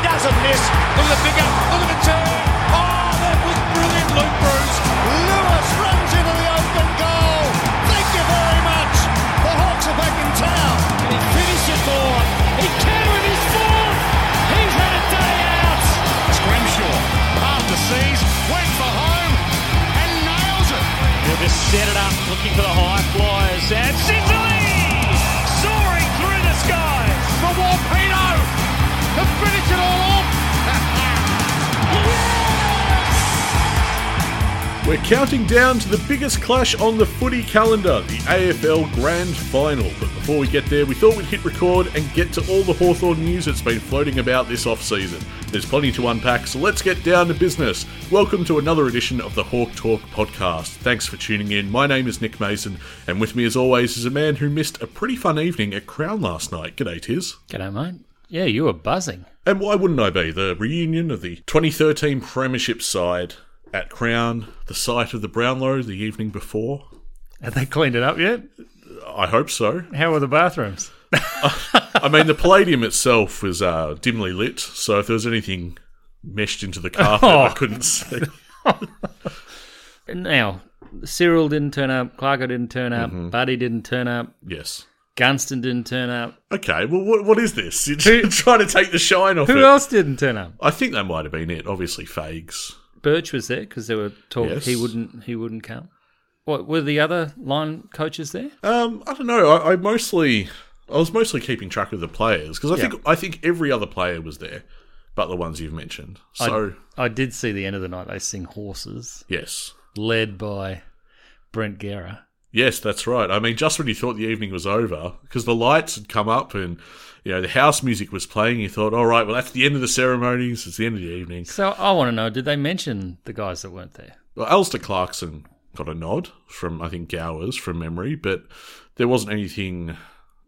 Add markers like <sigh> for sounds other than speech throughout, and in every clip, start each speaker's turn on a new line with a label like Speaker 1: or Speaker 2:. Speaker 1: Look at the big up. Look at the turn. Oh, that was brilliant, Luke Bruce.
Speaker 2: Lewis runs into the open goal. Thank you very much. The Hawks are back in town.
Speaker 3: And he finishes for. He can with his form. He's had a day out.
Speaker 4: It's Grimshaw. After seas, went for home and nails it.
Speaker 3: He'll just set it up, looking for the high flyers. And Sicily soaring through the skies.
Speaker 4: The Warpino to finish it all off. <laughs>
Speaker 5: We're counting down to the biggest clash on the footy calendar, the AFL Grand Final. But before we get there, we thought we'd hit record and get to all the Hawthorn news that's been floating about this off-season. There's plenty to unpack, so let's get down to business. Welcome to another edition of the Hawk Talk podcast. Thanks for tuning in. My name is Nick Mason, and with me, as always, is a man who missed a pretty fun evening at Crown last night. G'day, Tiz.
Speaker 6: G'day, mate. Yeah, you were buzzing.
Speaker 5: And why wouldn't I be? The reunion of the 2013 Premiership side at Crown, the site of the Brownlow the evening before.
Speaker 6: Have they cleaned it up yet?
Speaker 5: I hope so.
Speaker 6: How were the bathrooms?
Speaker 5: I mean, the Palladium itself was uh, dimly lit, so if there was anything meshed into the carpet,
Speaker 6: Oh.
Speaker 5: I couldn't see.
Speaker 6: Now, Cyril didn't turn up, Clarko didn't turn up, Buddy didn't turn up,
Speaker 5: Yes.
Speaker 6: Gunston didn't turn up.
Speaker 5: Okay, well, what, what is this? <laughs> You're trying to take the shine off
Speaker 6: Who
Speaker 5: it.
Speaker 6: else didn't turn up?
Speaker 5: I think that might have been it. Obviously, Fags.
Speaker 6: Birch was there because there were talk
Speaker 5: Yes.
Speaker 6: he wouldn't he wouldn't come. What were the other line coaches there?
Speaker 5: Um, I don't know. I, I mostly, I was mostly keeping track of the players because I think I think every other player was there, but the ones you've mentioned. So
Speaker 6: I did see the end of the night. They sing horses,
Speaker 5: yes,
Speaker 6: led by Brent Guerra.
Speaker 5: Yes, that's right. I mean, just when you thought the evening was over, because the lights had come up and you know the house music was playing, you thought, all right, well that's the end of the ceremonies. It's the end of the evening.
Speaker 6: So I want to know: Did they mention the guys that weren't there?
Speaker 5: Well, Alistair Clarkson got a nod from I think Gowers from memory, but there wasn't anything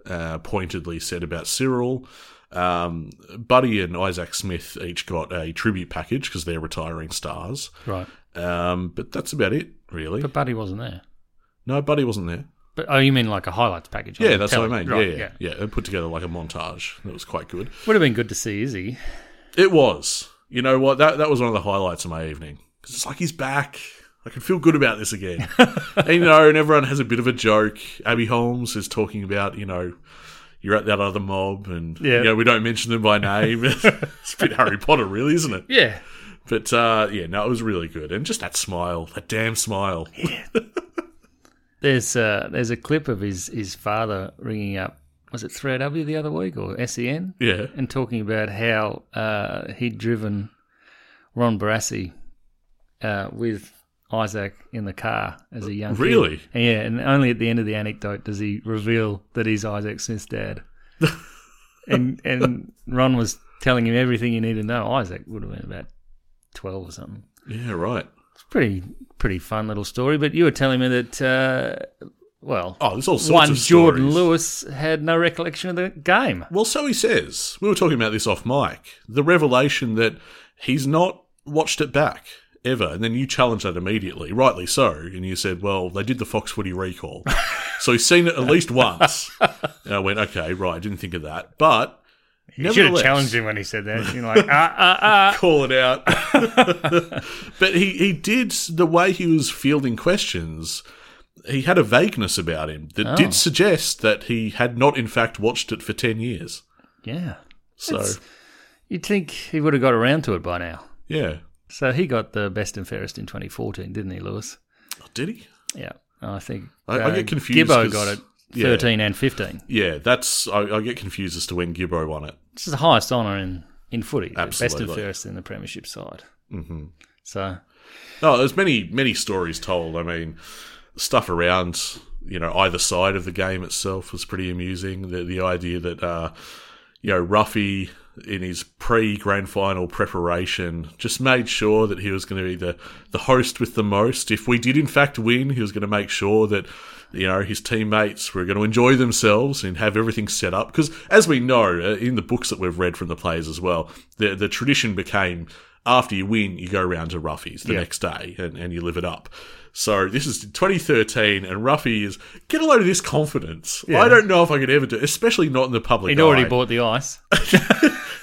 Speaker 5: uh, pointedly said about Cyril. Um, Buddy and Isaac Smith each got a tribute package because they're retiring stars.
Speaker 6: Right,
Speaker 5: Um, but that's about it, really.
Speaker 6: but Buddy wasn't there.
Speaker 5: No, Buddy wasn't there.
Speaker 6: But oh, you mean like a highlights package?
Speaker 5: Yeah,
Speaker 6: on
Speaker 5: that's
Speaker 6: telly.
Speaker 5: what I mean.
Speaker 6: Right,
Speaker 5: yeah, yeah, yeah. They put together like a montage. That was quite good.
Speaker 6: Would have been good to see Izzy.
Speaker 5: It was. You know what? That that was one of the highlights of my evening. 'Cause it's like he's back. I can feel good about this
Speaker 6: <laughs>
Speaker 5: again. and, you know, and everyone has a bit of a joke. Abby Holmes is talking about, you know, you're at that other mob and,
Speaker 6: Yeah.
Speaker 5: you know, we don't mention them by
Speaker 6: <laughs>
Speaker 5: name. it's a bit Harry Potter, really, isn't it?
Speaker 6: Yeah.
Speaker 5: But, uh, yeah, no, it was really good. And just that smile, that damn smile.
Speaker 6: There's uh, there's a clip of his his father ringing up. Was it 3W the other week or SEN?
Speaker 5: Yeah.
Speaker 6: And talking about how uh, he'd driven Ron Barassi uh, with Isaac in the car as a young kid.
Speaker 5: Really?
Speaker 6: Yeah, and only at the end of the anecdote does he reveal that he's Isaac Smith's
Speaker 5: <laughs>
Speaker 6: dad. and and Ron was telling him everything you need to know. Isaac would have been about twelve or something.
Speaker 5: Yeah, right.
Speaker 6: pretty pretty fun little story. But you were telling me that uh, well,
Speaker 5: Oh, there's all sorts
Speaker 6: one
Speaker 5: of
Speaker 6: Jordan
Speaker 5: stories.
Speaker 6: Lewis had no recollection of the game.
Speaker 5: Well, so he says. We were talking about this off mic. The revelation that he's not watched it back ever. And then you challenged that immediately, rightly so. And you said, well, they did the Fox Footy recall. so he's seen it at least
Speaker 6: <laughs>
Speaker 5: once. and I went, okay, right, I didn't think of that. But
Speaker 6: You should have challenged him when he said that. You're like, ah, ah, ah.
Speaker 5: <laughs> Call it out. <laughs> but he, he did, the way he was fielding questions, he had a vagueness about him that
Speaker 6: Oh.
Speaker 5: did suggest that he had not, in fact, watched it for 10 years.
Speaker 6: Yeah,
Speaker 5: So,
Speaker 6: It's- you'd think he would have got around to it by now.
Speaker 5: yeah.
Speaker 6: So he got the best and fairest in 2014, didn't he, Lewis?
Speaker 5: Did he?
Speaker 6: Yeah, I think um,
Speaker 5: I- I get confused
Speaker 6: Gibbo
Speaker 5: 'cause-
Speaker 6: got it.
Speaker 5: yeah.
Speaker 6: 13 and 15.
Speaker 5: Yeah, that's. I, I get confused as to when Gibbo won it.
Speaker 6: This is the highest honour in, in footy. the Best and
Speaker 5: Absolutely.
Speaker 6: fairest in the Premiership side. Mm-hmm. So
Speaker 5: No, there's many many stories told. I mean, stuff around you know either side of the game itself was pretty amusing. The the idea that uh, you know Ruffy in his pre grand final preparation just made sure that he was going to be the the host with the most. If we did in fact win, he was going to make sure that. You know his teammates were going to enjoy themselves and have everything set up because, as we know, uh, in the books that we've read from the players as well, the the tradition became after you win, you go round to Ruffy's the next day and, and you live it up. So this is 2013, and Ruffy is get a load of this confidence. I don't know if I could ever do, especially not in the public. <laughs>
Speaker 6: he'd already
Speaker 5: eye.
Speaker 6: bought the ice.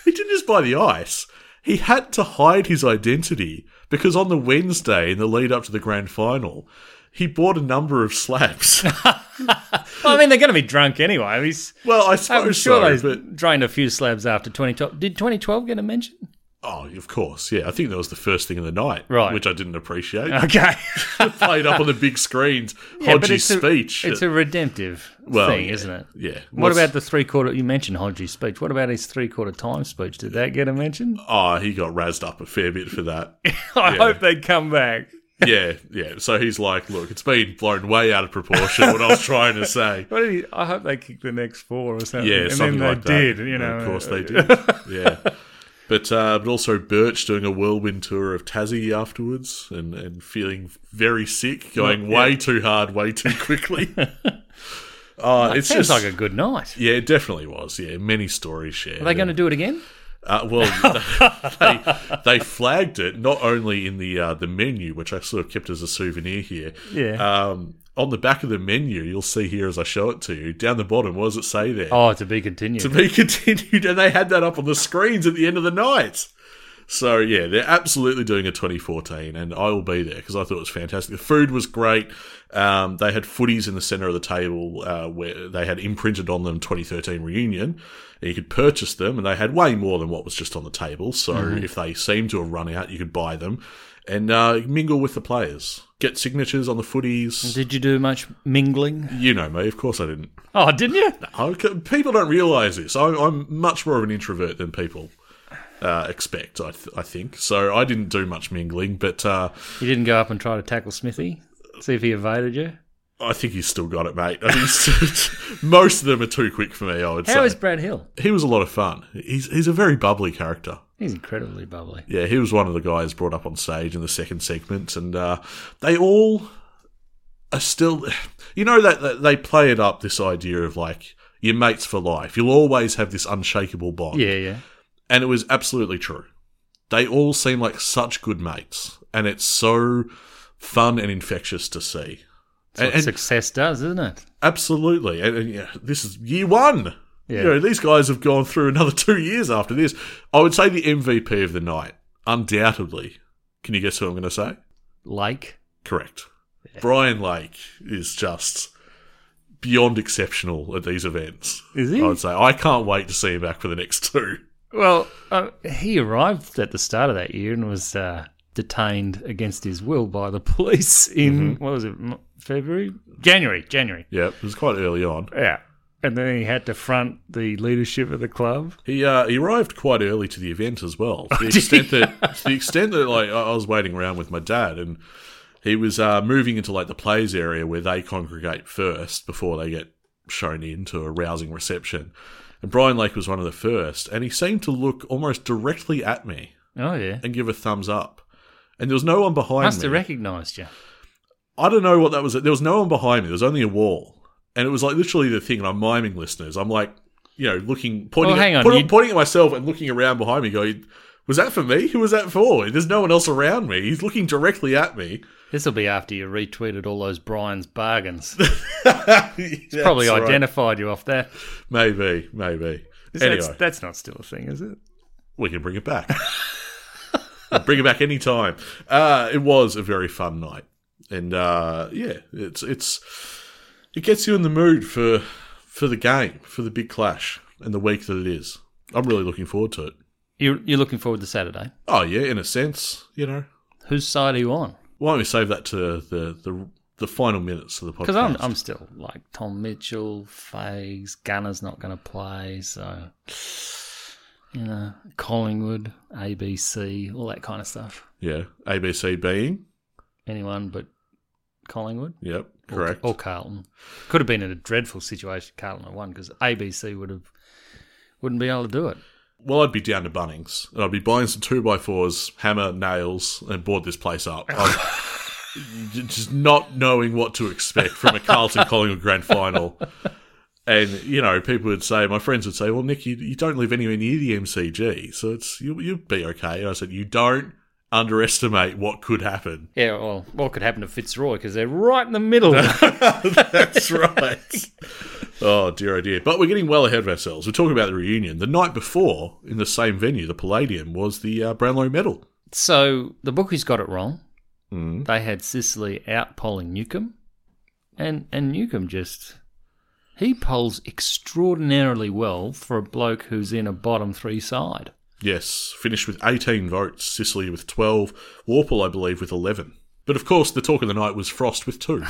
Speaker 5: He didn't just buy the ice. he had to hide his identity because on the Wednesday in the lead up to the grand final, he bought a number of
Speaker 6: <laughs>
Speaker 5: slabs.
Speaker 6: Well, I mean, they're going to be drunk anyway. He's,
Speaker 5: well, <laughs> I
Speaker 6: I'm
Speaker 5: suppose
Speaker 6: sure
Speaker 5: so,
Speaker 6: they
Speaker 5: but
Speaker 6: drained a few slabs after 2012. Did 2012 get
Speaker 5: <laughs>
Speaker 6: a mention?
Speaker 5: oh, of course, yeah. I think that was the first thing in the night,
Speaker 6: Right.
Speaker 5: Which I didn't
Speaker 6: <laughs>
Speaker 5: appreciate.
Speaker 6: Okay.
Speaker 5: Played up on the big screens,
Speaker 6: <laughs> Yeah, but
Speaker 5: Hodges'
Speaker 6: it's a-
Speaker 5: speech. Uh,
Speaker 6: It's a redemptive
Speaker 5: Well,
Speaker 6: thing,
Speaker 5: yeah,
Speaker 6: isn't it?
Speaker 5: yeah.
Speaker 6: What
Speaker 5: What's-
Speaker 6: about the three quarter? You mentioned Hodges' speech. What about his three quarter time speech? Did that get a mention?
Speaker 5: oh, he got razzed up a fair bit for
Speaker 6: <laughs>
Speaker 5: that.
Speaker 6: I
Speaker 5: Uh, Yeah.
Speaker 6: hope they come back.
Speaker 5: yeah, yeah. So he's like, look, it's been blown way out of proportion. What I was trying to say.
Speaker 6: What did he, I hope they kick the next four or something.
Speaker 5: Yeah,
Speaker 6: and
Speaker 5: something
Speaker 6: then they
Speaker 5: like
Speaker 6: did.
Speaker 5: that.
Speaker 6: You know,
Speaker 5: of
Speaker 6: <laughs>
Speaker 5: course they did. yeah, but uh, but also Birch doing a whirlwind tour of Tassie afterwards, and and feeling very sick, going way too hard, way too
Speaker 6: <laughs>
Speaker 5: quickly. Uh, it's
Speaker 6: Seems
Speaker 5: just
Speaker 6: like a good night.
Speaker 5: yeah, it definitely was. Yeah, many stories shared.
Speaker 6: Are they going to do it again?
Speaker 5: Uh,
Speaker 6: <laughs>
Speaker 5: well, they, they flagged it not only in the uh, the menu, which I sort of kept as a souvenir here.
Speaker 6: Yeah.
Speaker 5: Um, on the back of the menu, you'll see here as I show it to you. Down the bottom, what does it say there?
Speaker 6: Oh, to be continued.
Speaker 5: To be continued, and they had that up on the screens at the end of the night. So yeah, they're absolutely doing a 2014, and I will be there because I thought it was fantastic. The food was great. Um, they had footies in the center of the table uh, where they had imprinted on them 2013 reunion, and you could purchase them. And they had way more than what was just on the table. So if they seemed to have run out, you could buy them and uh, mingle with the players, get signatures on the footies.
Speaker 6: did you do much mingling?
Speaker 5: You know me, of course I didn't.
Speaker 6: Oh, didn't you?
Speaker 5: Okay, people don't realise this. I, I'm much more of an introvert than people uh, expect. I, th- I think so. I didn't do much mingling, but uh,
Speaker 6: You didn't go up and try to tackle Smithy, see if he evaded you.
Speaker 5: I think he's still got it, mate. <laughs> I think he's- <laughs> most of them are too quick for me. I would
Speaker 6: How is
Speaker 5: say
Speaker 6: Brad Hill?
Speaker 5: he was a lot of fun. He's he's a very bubbly character.
Speaker 6: He's incredibly bubbly.
Speaker 5: Yeah, he was one of the guys brought up on stage in the second segment, and uh, they all are still. You know that that they play it up this idea of like your mates for life. You'll always have this unshakable bond.
Speaker 6: Yeah, yeah.
Speaker 5: and it was absolutely true. They all seem like such good mates, and it's so fun and infectious to see.
Speaker 6: That's
Speaker 5: And-
Speaker 6: what
Speaker 5: and-
Speaker 6: success does, isn't it?
Speaker 5: Absolutely, and, and yeah, this is year one.
Speaker 6: Yeah.
Speaker 5: You know, these guys have gone through another <laughs> two years after this. I would say the MVP of the night, undoubtedly. Can you guess who I'm going to say?
Speaker 6: Lake.
Speaker 5: Correct. Brian Lake is just beyond exceptional at these events.
Speaker 6: Is he?
Speaker 5: I would say I can't wait to see him back for the next two.
Speaker 6: Well, uh, he arrived at the start of that year and was uh, detained against his will by the <laughs> police in what was it, M- February, January, January.
Speaker 5: Yeah, it was quite early on.
Speaker 6: Yeah, and then he had to front the leadership of the club.
Speaker 5: He uh, he arrived quite early to the event as well.
Speaker 6: Oh,
Speaker 5: To the extent that to the extent that like I I was waiting around with my dad and he was uh, moving into like the plays area where they congregate first before they get shown in to a rousing reception. And Brian Lake was one of the first, and he seemed to look almost directly at me
Speaker 6: Oh yeah,
Speaker 5: and give a thumbs up. And there was no one behind
Speaker 6: must
Speaker 5: me.
Speaker 6: have recognised you.
Speaker 5: I don't know what that was. There was no one behind me. There was only a wall, and it was like literally the thing. And I'm miming listeners. I'm like, you know, looking, pointing,
Speaker 6: Well, hang
Speaker 5: at,
Speaker 6: on,
Speaker 5: pointing,
Speaker 6: you-
Speaker 5: pointing at myself and looking around behind me, going, "Was that for me? Who was that for? There's no one else around me. He's looking directly at me." <laughs>
Speaker 6: This will be after you retweeted all those Brian's <laughs> bargains. He's probably
Speaker 5: That's right.
Speaker 6: identified you off that.
Speaker 5: Maybe, maybe.
Speaker 6: That's,
Speaker 5: anyway,
Speaker 6: that's not still a thing, is it?
Speaker 5: we can bring it back. bring it back anytime. Uh, it was a very fun night, and uh, yeah, it's it's it gets you in the mood for for the game, for the big clash, and the week that it is. I'm really looking forward to it.
Speaker 6: You're, you're looking forward to Saturday.
Speaker 5: Oh yeah, in a sense, you know.
Speaker 6: Whose side are you on?
Speaker 5: Why don't we save that to the the, the final minutes of the podcast?
Speaker 6: Because I'm, I'm still like Tom Mitchell, Fags, Gunner's not going to play, so you know Collingwood, ABC, all that kind of stuff.
Speaker 5: yeah, ABC being
Speaker 6: Anyone but Collingwood
Speaker 5: yep,
Speaker 6: or-
Speaker 5: correct.
Speaker 6: or, Carlton. Could have been in a dreadful situation. if Carlton had won because ABC would have wouldn't be able to do it.
Speaker 5: Well, I'd be down to Bunnings, and I'd be buying some two by fours, hammer, nails, and board this place up. <laughs> I'm- just not knowing what to expect from a Carlton Collingwood grand final. And you know, people would say, my friends would say, "Well, Nick, you, you don't live anywhere near the MCG, so it's you, you'll be okay." And I said, "You don't underestimate what could happen."
Speaker 6: Yeah,
Speaker 5: <laughs>
Speaker 6: well, what could happen to Fitzroy because they're right in the middle.
Speaker 5: That's right. <laughs> Oh dear, oh dear. But we're getting well ahead of ourselves. We're talking about the reunion. The night before, in the same venue, the Palladium, was the uh, Brownlow Medal.
Speaker 6: So the bookies got it wrong. They had Sicily outpolling Newcomb, and and Newcomb just he polls extraordinarily well for a bloke who's in a bottom three side.
Speaker 5: Yes, finished with 18 votes, Sicily with 12, Warple, I believe, with 11. But of course, the talk of the night was Frost with two.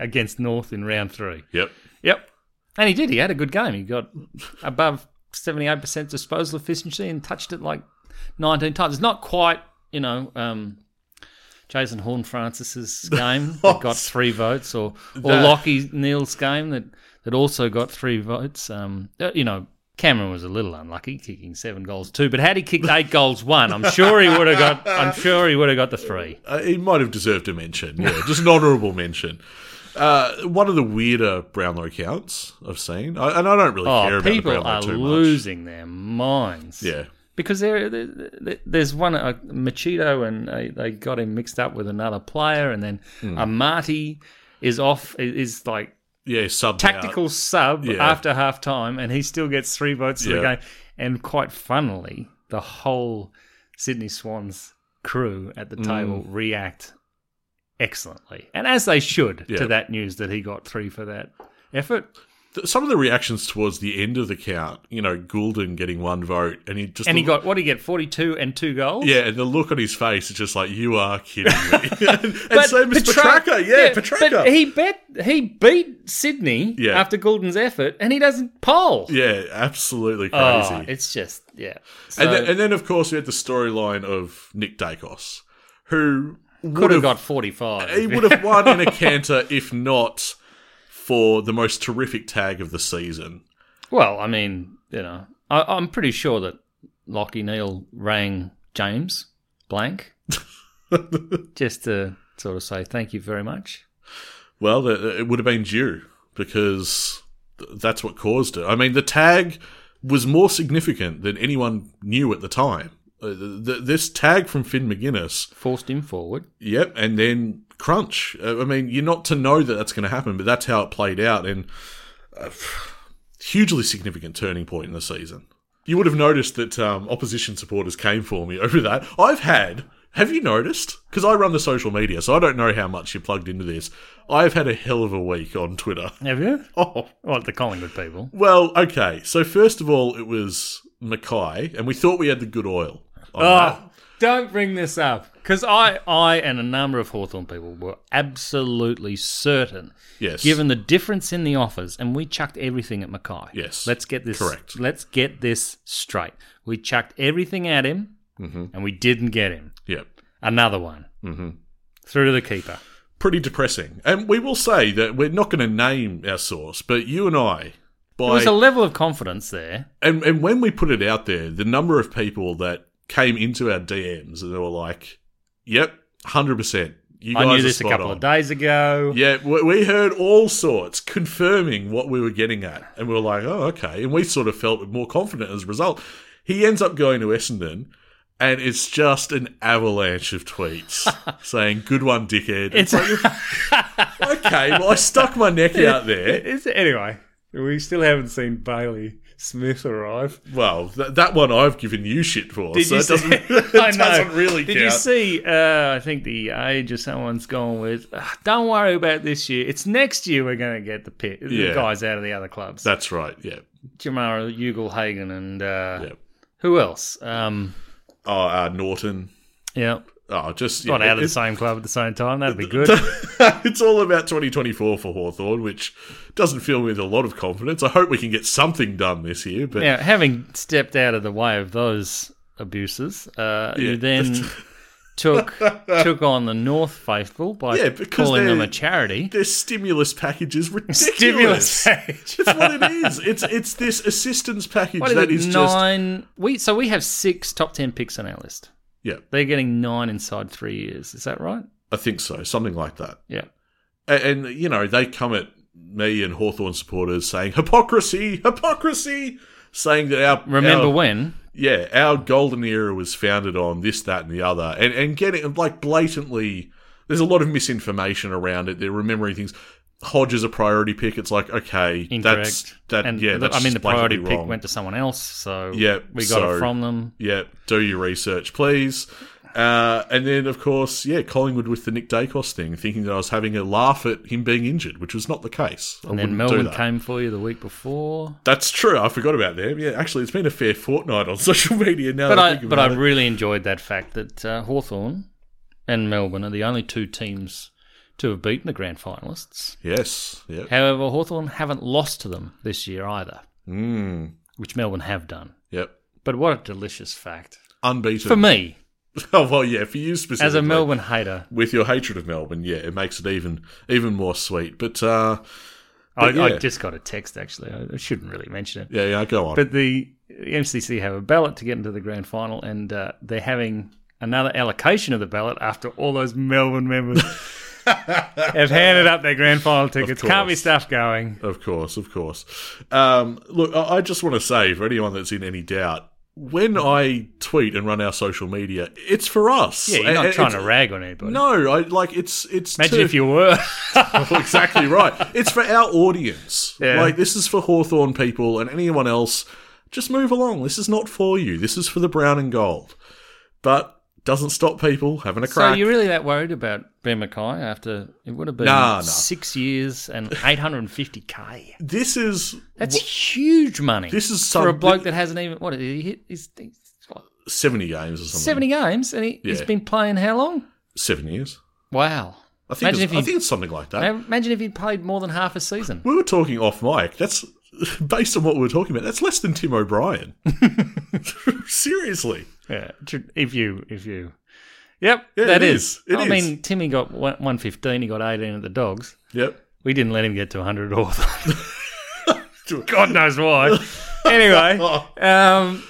Speaker 6: against North in round three.
Speaker 5: yep.
Speaker 6: <laughs> Yep. And he did. He had a good game. He got above 78% disposal efficiency and touched it like 19 times. It's not quite, you know, um, Jason Horn
Speaker 5: <laughs>
Speaker 6: Francis's game that got three votes or, or
Speaker 5: That-
Speaker 6: Lockie Neal's game that, that also got three votes. Um, uh, you know, Cameron was a little unlucky kicking seven goals two, but had he
Speaker 5: <laughs>
Speaker 6: kicked eight goals one, I'm sure he would have got I'm sure he would have got the three.
Speaker 5: Uh, he might have deserved a mention. Yeah, just an honourable mention. Uh, one of the weirder Brownlow counts I've seen, I, and I don't really care
Speaker 6: Oh,
Speaker 5: about the
Speaker 6: people
Speaker 5: Brownlow
Speaker 6: are
Speaker 5: too
Speaker 6: losing their minds.
Speaker 5: much. Yeah.
Speaker 6: because there, there- there- there's one uh, Machito and they, they got him mixed up with another player, and then
Speaker 5: Hmm.
Speaker 6: Amati is off is like
Speaker 5: Yeah, sub
Speaker 6: tactical sub
Speaker 5: Yeah.
Speaker 6: after half time, and he still gets three votes to the
Speaker 5: Yeah.
Speaker 6: game. And quite funnily, the whole Sydney Swans crew at the
Speaker 5: Hmm.
Speaker 6: table react excellently, and as they should
Speaker 5: Yeah.
Speaker 6: to that news that he got three for that effort.
Speaker 5: Some of the reactions towards the end of the count, you know, Goulden getting one vote, and he just
Speaker 6: And he got what did he get forty two and two goals.
Speaker 5: Yeah, and the look on his face is just like, you are kidding me. <laughs> and same as
Speaker 6: Petra-
Speaker 5: Petraka. Yeah, Petraka.
Speaker 6: But he bet he beat Sydney
Speaker 5: Yeah.
Speaker 6: after Goulden's effort, and he doesn't poll.
Speaker 5: yeah, absolutely crazy.
Speaker 6: Oh, it's just yeah. So
Speaker 5: and, then, and then, of course, we had the storyline of Nick Dacos, who
Speaker 6: could
Speaker 5: would
Speaker 6: have
Speaker 5: have
Speaker 6: got forty five. <laughs>
Speaker 5: he would have won in a canter if not for the most terrific tag of the season.
Speaker 6: Well, I mean, you know, I, I'm pretty sure that Lockie Neal rang James
Speaker 5: <laughs>
Speaker 6: blank just to sort of say thank you very much.
Speaker 5: Well, th- th- it would have been due because th- that's what caused it. I mean, the tag was more significant than anyone knew at the time. Uh, th- th- This tag from Finn McGuinness
Speaker 6: Forced him forward.
Speaker 5: Yep, and then crunch. Uh, I mean, you're not to know that that's going to happen, but that's how it played out, and a hugely significant turning point in the season. You would have noticed that um, opposition supporters came for me <laughs> over that. I've had. Have you noticed? Because I run the social media, so I don't know how much you're plugged into this. I've had a hell of a week on Twitter.
Speaker 6: Have you?
Speaker 5: Oh,
Speaker 6: Well, the Collingwood people.
Speaker 5: well, okay. So first of all, it was Mackay, and we thought we had the good oil. on that.
Speaker 6: Oh, don't bring this up because I, I, and a number of Hawthorn people were absolutely certain,
Speaker 5: yes.
Speaker 6: given the difference in the offers, and we chucked everything at Mackay.
Speaker 5: Yes,
Speaker 6: let's get this
Speaker 5: correct.
Speaker 6: Let's get this straight. We chucked everything at him,
Speaker 5: Mm-hmm.
Speaker 6: and we didn't get him.
Speaker 5: Yep.
Speaker 6: Another one mm-hmm. through to the keeper.
Speaker 5: pretty depressing. And we will say that we're not going to name our source, but you and I,
Speaker 6: There
Speaker 5: by
Speaker 6: was a level of confidence there.
Speaker 5: and, and when we put it out there, the number of people that came into our DMs and they were like, "Yep, hundred percent." You guys
Speaker 6: I knew
Speaker 5: are
Speaker 6: this a
Speaker 5: spot
Speaker 6: couple
Speaker 5: on.
Speaker 6: of days ago.
Speaker 5: Yeah, we, we heard all sorts confirming what we were getting at, and we were like, "Oh, okay." And we sort of felt more confident as a result. He ends up going to Essendon. And it's just an avalanche of
Speaker 6: <laughs>
Speaker 5: tweets saying, "Good one, dickhead."
Speaker 6: It's,
Speaker 5: okay, well, I stuck my neck out there.
Speaker 6: <laughs> it's anyway. We still haven't seen Bailey Smith arrive.
Speaker 5: Well, th- that one I've given you shit for, so it doesn't, <laughs> it
Speaker 6: <laughs> I know.
Speaker 5: doesn't really
Speaker 6: Did
Speaker 5: count.
Speaker 6: you see? Uh, I think the age of someone's gone with. "Ah, Don't worry about this year. It's next year we're going to get the pit, the
Speaker 5: Yeah.
Speaker 6: guys out of the other clubs.
Speaker 5: That's right, yeah.
Speaker 6: Jamara Ugal Hagen and uh,
Speaker 5: Yep.
Speaker 6: who else? Um,
Speaker 5: Oh, uh, Norton.
Speaker 6: yeah,
Speaker 5: Oh, just...
Speaker 6: got
Speaker 5: yeah,
Speaker 6: out of the
Speaker 5: it's,
Speaker 6: same club at the same time. That'd be
Speaker 5: <laughs>
Speaker 6: good.
Speaker 5: it's all about 2024 for Hawthorn, which doesn't fill me with a lot of confidence. I hope we can get something done this year, but...
Speaker 6: now, having stepped out of the way of those abuses, uh, you
Speaker 5: Yeah.
Speaker 6: then took
Speaker 5: <laughs>
Speaker 6: took on the North faithful by
Speaker 5: Yeah, because
Speaker 6: calling them
Speaker 5: they're-
Speaker 6: a charity.
Speaker 5: Their stimulus package is ridiculous. <laughs>
Speaker 6: Stimulus package.
Speaker 5: It's what it is. It's it's this assistance package
Speaker 6: What is
Speaker 5: that
Speaker 6: it?
Speaker 5: is just
Speaker 6: nine. We so we have six top ten picks on our list.
Speaker 5: yeah.
Speaker 6: They're getting nine inside three years. Is that right?
Speaker 5: I think so, something like that.
Speaker 6: Yeah.
Speaker 5: and, and you know they come at me and Hawthorn supporters saying hypocrisy, hypocrisy, saying that our
Speaker 6: Remember
Speaker 5: our-
Speaker 6: when?
Speaker 5: yeah our golden era was founded on this, that, and the other, and and getting like blatantly. There's a lot of misinformation around it. They're remembering things. Hodge is a priority pick. It's like okay,
Speaker 6: Incorrect.
Speaker 5: that's that.
Speaker 6: and
Speaker 5: yeah,
Speaker 6: the-
Speaker 5: that's
Speaker 6: I mean the
Speaker 5: just blatantly
Speaker 6: priority pick
Speaker 5: wrong.
Speaker 6: went to someone else, so
Speaker 5: Yeah,
Speaker 6: we got
Speaker 5: so-
Speaker 6: it from them.
Speaker 5: Yeah, do your research, please. Uh, and then, of course, yeah, Collingwood with the Nick Dacos thing, thinking that I was having a laugh at him being injured, which was not the case. I
Speaker 6: And then
Speaker 5: wouldn't do
Speaker 6: Melbourne
Speaker 5: that.
Speaker 6: came for you the week before.
Speaker 5: That's true. I forgot about them. Yeah, actually, it's been a fair fortnight on <laughs> social media now.
Speaker 6: But
Speaker 5: that I,
Speaker 6: I,
Speaker 5: think
Speaker 6: but I
Speaker 5: about it.
Speaker 6: really enjoyed that fact that uh, Hawthorn and Melbourne are the only two teams to have beaten the grand finalists.
Speaker 5: yes, yeah,
Speaker 6: However, Hawthorn haven't lost to them this year either,
Speaker 5: Hmm.
Speaker 6: which Melbourne have done.
Speaker 5: yep,
Speaker 6: But what a delicious fact.
Speaker 5: unbeaten
Speaker 6: For me,
Speaker 5: <laughs> Oh well, yeah, for you specifically.
Speaker 6: as a Melbourne hater,
Speaker 5: with your hatred of Melbourne, yeah, it makes it even even more sweet. But uh,
Speaker 6: I,
Speaker 5: But
Speaker 6: I
Speaker 5: yeah.
Speaker 6: just got a text actually. I shouldn't really mention it.
Speaker 5: yeah, yeah, go on.
Speaker 6: But the MCC have a ballot to get into the grand final, and uh, they're having another allocation of the ballot after all those Melbourne
Speaker 5: <laughs>
Speaker 6: members have handed up their grand final tickets.
Speaker 5: course.
Speaker 6: Can't be stuff going.
Speaker 5: Of course, of course. Um, look, I I just want to say for anyone that's in any doubt, when I tweet and run our social media, it's for us.
Speaker 6: Yeah, you're not
Speaker 5: And
Speaker 6: trying
Speaker 5: it's-
Speaker 6: to rag on anybody.
Speaker 5: No, I like it's it's
Speaker 6: Imagine
Speaker 5: to- <laughs>
Speaker 6: if you were.
Speaker 5: exactly right. It's for our audience.
Speaker 6: Yeah.
Speaker 5: Like this is for Hawthorn people and anyone else. Just move along. This is not for you. This is for the brown and gold. But doesn't stop people having a
Speaker 6: so
Speaker 5: crack.
Speaker 6: you're really that worried about Ben Mackay after it would have been
Speaker 5: Nah, nah.
Speaker 6: six
Speaker 5: <laughs>
Speaker 6: years and 850k.
Speaker 5: this is
Speaker 6: That's huge money.
Speaker 5: This is
Speaker 6: for a
Speaker 5: some-
Speaker 6: bloke that hasn't even what he hit. He's, he's what,
Speaker 5: seventy games or something.
Speaker 6: seventy games, and he, he's
Speaker 5: Yeah.
Speaker 6: been playing how long?
Speaker 5: Seven years.
Speaker 6: Wow.
Speaker 5: I think,
Speaker 6: Imagine
Speaker 5: it's,
Speaker 6: if
Speaker 5: I
Speaker 6: he-
Speaker 5: think it's something like that.
Speaker 6: Now, Imagine if he'd played more than half a season.
Speaker 5: We were talking off mic. That's <laughs> based on what we were talking about. That's less than Tim O'Brien. <laughs> Seriously,
Speaker 6: <laughs> Yeah, if you, if you. Yep,
Speaker 5: Yeah,
Speaker 6: that
Speaker 5: it
Speaker 6: is.
Speaker 5: is. It
Speaker 6: I
Speaker 5: is.
Speaker 6: mean, Timmy got one- 115, he got 18 at the Dogs.
Speaker 5: yep.
Speaker 6: We didn't let him get to
Speaker 5: <laughs>
Speaker 6: 100 or God knows why.
Speaker 5: <laughs>
Speaker 6: Anyway,
Speaker 5: Oh.
Speaker 6: um,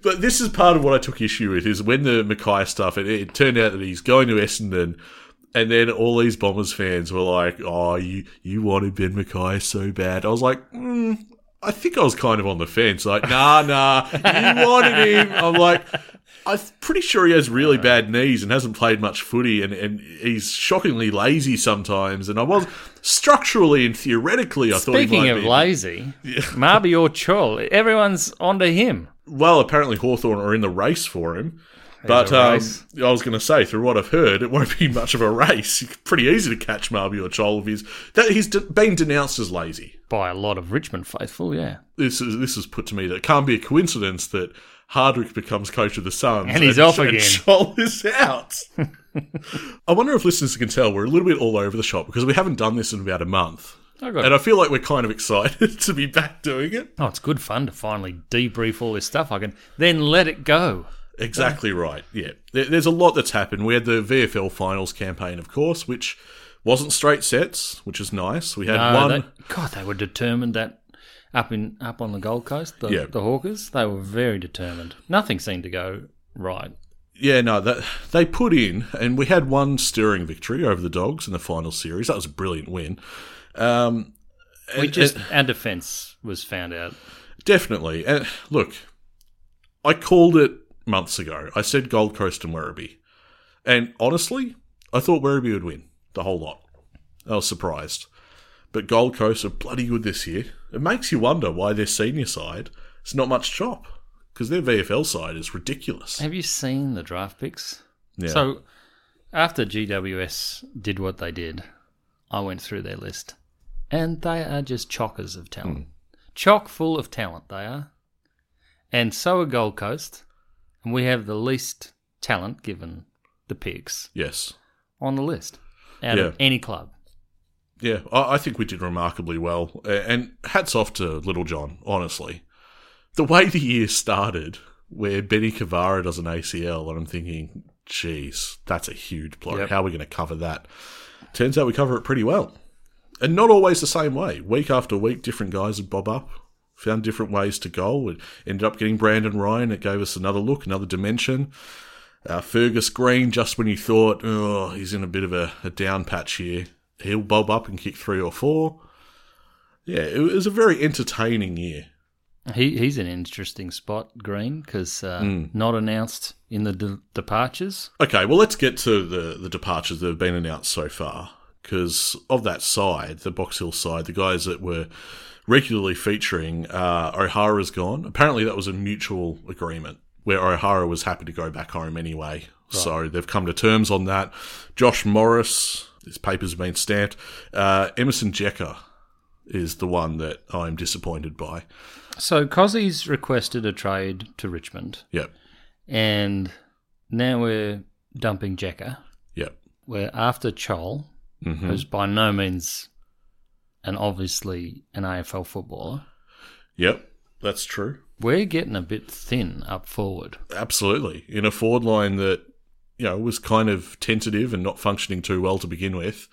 Speaker 5: But this is part of what I took issue with is when the Mackay stuff. It, it turned out that he's going to Essendon, and then all these Bombers fans were like, "Oh, you you wanted Ben Mackay so bad." I was like, mm, I think I was kind of on the fence. Like, nah, nah,
Speaker 6: <laughs>
Speaker 5: you wanted him. I'm like. I'm pretty sure he has really bad knees and hasn't played much footy, and, and he's shockingly lazy sometimes. And I was structurally and theoretically, I thought he
Speaker 6: speaking
Speaker 5: might
Speaker 6: of
Speaker 5: be.
Speaker 6: lazy, Marby or Chol, everyone's onto him.
Speaker 5: well, apparently Hawthorn are in the race for him. But
Speaker 6: a
Speaker 5: um,
Speaker 6: race.
Speaker 5: I was going to say, through what I've heard, it won't be <laughs> much of a race. It's pretty easy to catch Marby or Chol if he's that he's de- been denounced as lazy.
Speaker 6: By a lot of Richmond faithful, yeah.
Speaker 5: This is this is put to me that it can't be a coincidence that Hardwick becomes coach of the Suns
Speaker 6: And he's off
Speaker 5: and
Speaker 6: again.
Speaker 5: <laughs> Chol is out. I wonder if listeners can tell we're a little bit all over the shop because we haven't done this in about a month,
Speaker 6: I got
Speaker 5: and I feel like we're kind of <laughs> excited to be back doing it.
Speaker 6: Oh, it's good fun to finally debrief all this stuff. I can then let it go.
Speaker 5: Exactly right. Yeah, there, there's a lot that's happened. We had the VFL finals campaign, of course, which wasn't straight sets, which is nice. We had
Speaker 6: No,
Speaker 5: one.
Speaker 6: Uh, they- God, they were determined that up in up on the Gold Coast, the,
Speaker 5: Yeah.
Speaker 6: the Hawkers, they were very determined. Nothing seemed to go right.
Speaker 5: Yeah, no, that they put in, and we had one stirring victory over the Dogs in the final series. That was a brilliant win. Um,
Speaker 6: We
Speaker 5: and-
Speaker 6: just
Speaker 5: and-
Speaker 6: our defence was found out.
Speaker 5: definitely. And look, I called it months ago. I said Gold Coast and Werribee, and honestly, I thought Werribee would win the whole lot. I was surprised. But Gold Coast are bloody good this year. It makes you wonder why their senior side is not much chop because their VFL side is ridiculous.
Speaker 6: Have you seen the draft picks?
Speaker 5: Yeah.
Speaker 6: So after GWS did what they did, I went through their list, and they are just chockers of talent,
Speaker 5: Hmm.
Speaker 6: chock full of talent. They are, and so are Gold Coast, and we have the least talent given the picks.
Speaker 5: yes,
Speaker 6: on the list out of
Speaker 5: Yeah.
Speaker 6: any club.
Speaker 5: yeah, I, I think we did remarkably well. A- And hats off to Little John. Honestly, the way the year started, where Benny Cavara does an ACL, and I'm thinking, geez, that's a huge blow.
Speaker 6: Yep.
Speaker 5: How are we going to cover that? Turns out we cover it pretty well, and not always the same way. Week after week, different guys would bob up, found different ways to goal. We ended up getting Brandon Ryan. It gave us another look, another dimension. Uh, Fergus Green, just when you thought, oh, he's in a bit of a, a down patch here, he'll bob up and kick three or four. Yeah, it was a very entertaining year.
Speaker 6: He he's an interesting spot, Green, because uh,
Speaker 5: Hmm.
Speaker 6: not announced in the de- departures.
Speaker 5: Okay, well, let's get to the, the departures that have been announced so far. because of that side, the Box Hill side, the guys that were regularly featuring uh, O'Hara's gone. Apparently, that was a mutual agreement where O'Hara was happy to go back home anyway. So they've come to terms on that. Josh Morris, his papers have been stamped. Uh, Emerson Jecker is the one that I'm disappointed by.
Speaker 6: So Cozzy's requested a trade to Richmond,
Speaker 5: Yep,
Speaker 6: and now we're dumping Jacker.
Speaker 5: yep,
Speaker 6: We're after Chol,
Speaker 5: Mm-hmm.
Speaker 6: who's by no means and obviously an AFL footballer.
Speaker 5: yep. That's true.
Speaker 6: We're getting a bit thin up forward.
Speaker 5: Absolutely. In a forward line that, you know, was kind of tentative and not functioning too well to begin with,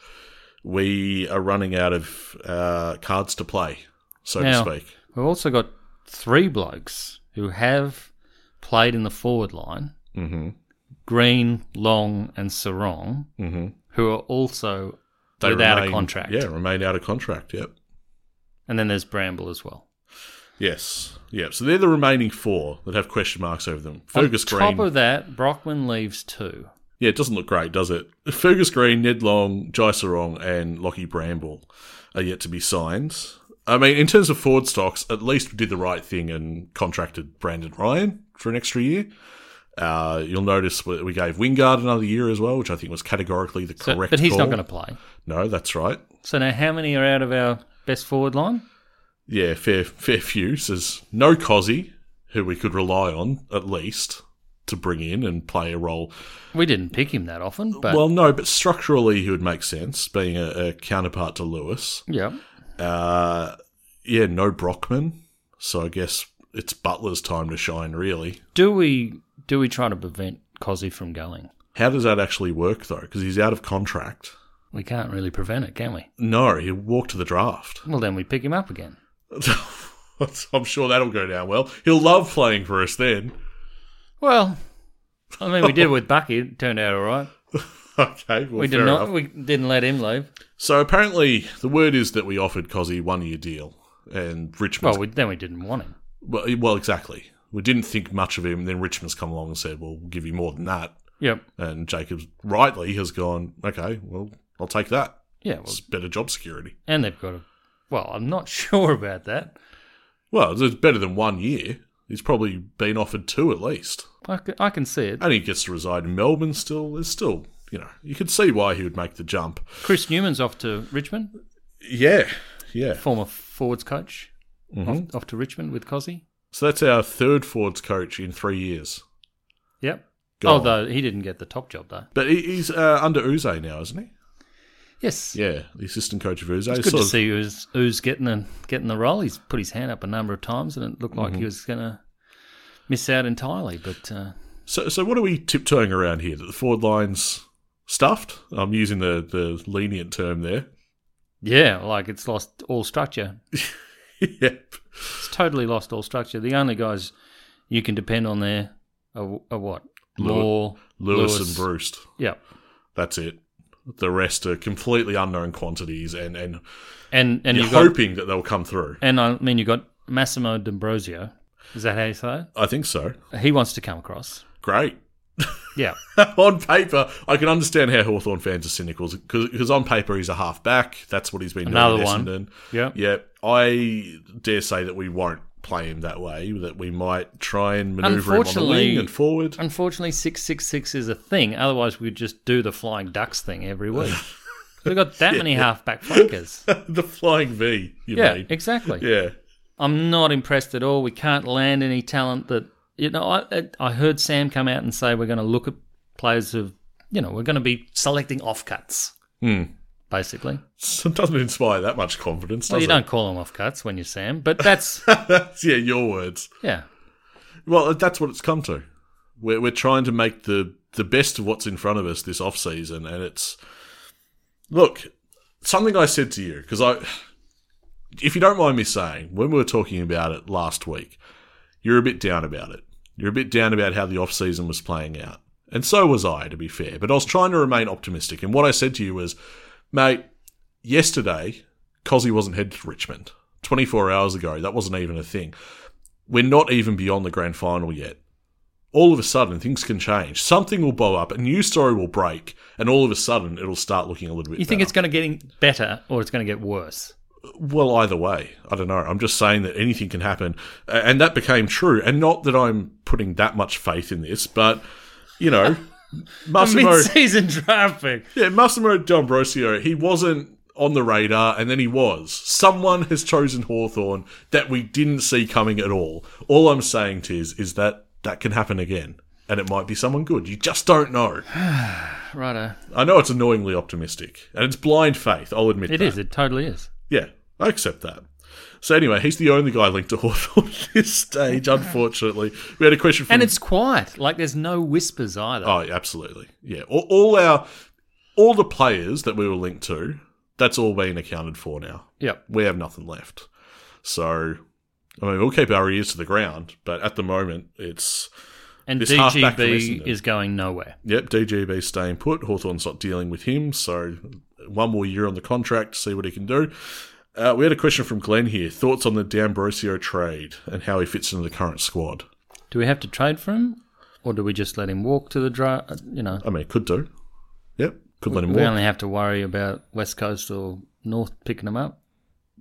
Speaker 5: we are running out of uh, cards to play, so
Speaker 6: Now-
Speaker 5: to speak.
Speaker 6: We've also got three blokes who have played in the forward line
Speaker 5: Mm-hmm.
Speaker 6: Green, Long, and Sarong, who are also without
Speaker 5: Mm-hmm. remain-
Speaker 6: a contract.
Speaker 5: Yeah, remain out of contract. Yep.
Speaker 6: And then there's Bramble as well.
Speaker 5: Yes. Yep. So they're the remaining four that have question marks over them. Fergus
Speaker 6: On top
Speaker 5: Green.
Speaker 6: of that, Brockman leaves too.
Speaker 5: yeah, it doesn't look great, does it? Fergus Green, Ned Long, Jai Sarong, and Lockie Bramble are yet to be signed. I mean, in terms of Ford stocks, at least we did the right thing and contracted Brandon Ryan for an extra year. Uh, you'll notice we we gave Wingard another year as well, which I think was categorically the
Speaker 6: So-
Speaker 5: correct.
Speaker 6: but he's not
Speaker 5: call.
Speaker 6: going to play.
Speaker 5: No, that's right.
Speaker 6: So now, how many are out of our best forward line?
Speaker 5: yeah, fair fair few. So There's no Cozzy, who we could rely on at least to bring in and play a role.
Speaker 6: We didn't pick him that often, but
Speaker 5: well, no, but structurally he would make sense, being a, a counterpart to Lewis.
Speaker 6: yeah.
Speaker 5: Uh, yeah, no Brockman. So I guess it's Butler's time to shine, really.
Speaker 6: Do we do we try to prevent Cozzy from going?
Speaker 5: How does that actually work though? Because he's out of contract.
Speaker 6: We can't really prevent it, can we?
Speaker 5: No, he'll walk to the draft. <laughs>
Speaker 6: Well, then we pick him up again.
Speaker 5: I'm sure that'll go down well. He'll love playing for us then. <laughs>
Speaker 6: Well, I mean, we did with Bucky. It turned out all right.
Speaker 5: Okay, well,
Speaker 6: We did
Speaker 5: fair
Speaker 6: not.
Speaker 5: enough.
Speaker 6: We didn't let him leave.
Speaker 5: So apparently, the word is that we offered Cozzy one year deal, and
Speaker 6: Well,
Speaker 5: Richmond's
Speaker 6: we, then we didn't want him.
Speaker 5: well, well, exactly. We didn't think much of him. Then Richmond's come along and said, "Well, we'll give you more than that."
Speaker 6: Yep.
Speaker 5: And Jacobs rightly has gone, "Okay, well, I'll take that.
Speaker 6: Yeah. Well,
Speaker 5: It's better job security.
Speaker 6: and they've got a. Well, I'm not <laughs> sure about that.
Speaker 5: Well, it's better than one year. He's probably been offered two at least,
Speaker 6: I can, I can see it.
Speaker 5: and he gets to reside in Melbourne. Still, there's still, you know, you could see why he would make the jump.
Speaker 6: Chris Newman's off to Richmond,
Speaker 5: Yeah, yeah.
Speaker 6: former forwards coach, off, off to Richmond with Cozzy.
Speaker 5: So that's our third Ford's coach in three years.
Speaker 6: Yep.
Speaker 5: Gone.
Speaker 6: Although he didn't get the top job though.
Speaker 5: But he- he's uh, under Uze now, isn't he?
Speaker 6: Yes.
Speaker 5: Yeah, the assistant coach of Uzo.
Speaker 6: It's good to see who's who's getting the, getting the role. He's put his hand up a number of times, and it looked like he was going to miss out entirely. But uh,
Speaker 5: So, so what are we tiptoeing around here? That the forward line's stuffed? I'm using the, the lenient term there. <laughs>
Speaker 6: yeah, like it's lost all structure.
Speaker 5: yep.
Speaker 6: It's totally lost all structure. The only guys you can depend on there are, are what Law,
Speaker 5: Lewis, and Bruce.
Speaker 6: Yep.
Speaker 5: That's it. The rest are completely unknown quantities and, and
Speaker 6: And and
Speaker 5: you're
Speaker 6: you have got
Speaker 5: hoping that they'll come through.
Speaker 6: and I mean you got Massimo D'Ambrosio. Is that how you say
Speaker 5: I think so.
Speaker 6: it? He wants to come across.
Speaker 5: Great. <laughs>
Speaker 6: <laughs> Yeah.
Speaker 5: on paper, I can understand how Hawthorn fans are cynical because on paper he's a half back. That's what he's been
Speaker 6: Another
Speaker 5: doing.
Speaker 6: one.
Speaker 5: Essendon.
Speaker 6: Yep.
Speaker 5: Yeah, I dare say that we won't play him that way. That we might try and maneuver him on the
Speaker 6: Unfortunately-
Speaker 5: wing and forward.
Speaker 6: Unfortunately, 666 is a thing. Otherwise, we'd just do the flying ducks thing
Speaker 5: <laughs>
Speaker 6: every week. We've got that many halfback flankers.
Speaker 5: the flying V, you
Speaker 6: Yeah,
Speaker 5: mean?
Speaker 6: exactly.
Speaker 5: Yeah, <laughs>
Speaker 6: I'm not impressed at all. We can't land any talent that, you know, I, I heard Sam come out and say we're going to look at players who've, you know, we're going to be selecting offcuts,
Speaker 5: Hmm.
Speaker 6: basically.
Speaker 5: so it doesn't inspire that much confidence,
Speaker 6: Well,
Speaker 5: does
Speaker 6: you
Speaker 5: it?
Speaker 6: don't call them offcuts when you're Sam, but
Speaker 5: <laughs>
Speaker 6: that's,
Speaker 5: That's, yeah, your words.
Speaker 6: yeah.
Speaker 5: Well, that's what it's come to. We're, we're trying to make the the best of what's in front of us this off season, and it's look something I said to you because I, if you don't mind me saying, when we were talking about it last week, you're a bit down about it. You're a bit down about how the off season was playing out, and so was I, to be fair. But I was trying to remain optimistic, and what I said to you was, mate, yesterday Cozzy wasn't headed to Richmond. 24 hours ago, that wasn't even a thing we're not even beyond the grand final yet. all of a sudden things can change. Something will blow up, a news story will break, and all of a sudden it'll start looking a little bit.
Speaker 6: You think
Speaker 5: better.
Speaker 6: it's going to get better or it's going to get worse?
Speaker 5: Well, either way, I don't know. I'm just saying that anything can happen, A- and that became true. And not that I'm putting that much faith in this, but you
Speaker 6: <laughs>
Speaker 5: know, Massimo,
Speaker 6: Mid-season <laughs> draft pick.
Speaker 5: yeah, Massimo D'Ambrosio, he wasn't on the radar, and then he was. Someone has chosen Hawthorn that we didn't see coming at all. All I'm saying Tiz, is that that can happen again, and it might be someone good. You just don't know.
Speaker 6: Righto.
Speaker 5: I know it's annoyingly optimistic, and it's blind faith. I'll admit
Speaker 6: It
Speaker 5: that.
Speaker 6: is. It totally is.
Speaker 5: Yeah, I accept that. So anyway, he's the only guy linked to <laughs> Hawthorn at this stage, unfortunately. We had a question from
Speaker 6: And it's quiet. Like there's no whispers either.
Speaker 5: Hmm. Oh, yeah, absolutely. Yeah. All, all our all the players that we were linked to, that's all been accounted for now.
Speaker 6: Yep.
Speaker 5: We have nothing left. So I mean, we'll keep our ears to the ground, but at the moment it's
Speaker 6: And
Speaker 5: This halfback from
Speaker 6: DGB
Speaker 5: Essendon.
Speaker 6: is going nowhere.
Speaker 5: Yep, DGB staying put. Hawthorn's not dealing with him, so one more year on the contract, see what he can do. Uh, we had a question from Glenn here. Thoughts on the D'Ambrosio trade and how he fits into the current squad?
Speaker 6: Do we have to trade for him, or do we just let him walk to the draft? You know,
Speaker 5: I mean, could do. Yep, could let him
Speaker 6: we
Speaker 5: walk.
Speaker 6: only have to worry about West Coast or North picking him up.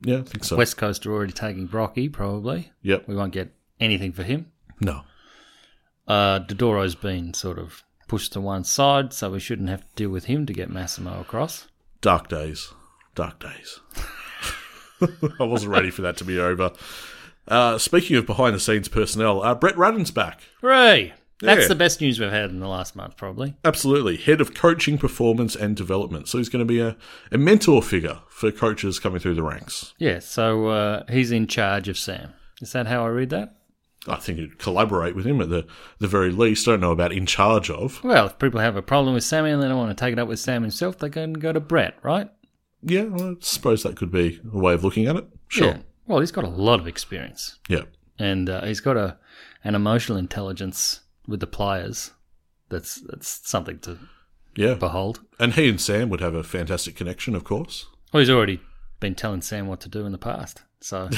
Speaker 5: Yeah, I think so.
Speaker 6: West Coast are already taking Brocky, probably.
Speaker 5: Yep.
Speaker 6: We won't get anything for him.
Speaker 5: No.
Speaker 6: Uh, Dodoro's been sort of pushed to one side, so we shouldn't have to deal with him to get Massimo across.
Speaker 5: Dark days. Dark days. <laughs> I wasn't ready for that to be over. Uh, speaking of behind the scenes personnel, uh, Brett Radden's back.
Speaker 6: Hooray! That's
Speaker 5: Yeah.
Speaker 6: the best news we've had in the last month, probably.
Speaker 5: Absolutely. Head of coaching, performance, and development. So he's going to be a, a mentor figure for coaches coming through the ranks.
Speaker 6: Yeah, so uh, he's in charge of Sam. Is that how I read that?
Speaker 5: I think he'd collaborate with him at the, the very least. Don't know about in charge of.
Speaker 6: Well, if people have a problem with Sammy and they don't want to take it up with Sam himself, they can go to Brett, right?
Speaker 5: Yeah, well, I suppose that could be a way of looking at it. Sure.
Speaker 6: Yeah. Well, he's got a lot of experience,
Speaker 5: Yeah.
Speaker 6: and uh, he's got a an emotional intelligence with the players. That's that's something to
Speaker 5: Yeah.
Speaker 6: behold.
Speaker 5: And he and Sam would have a fantastic connection, of course. <laughs>
Speaker 6: Well, he's already been telling Sam what to do in the past, so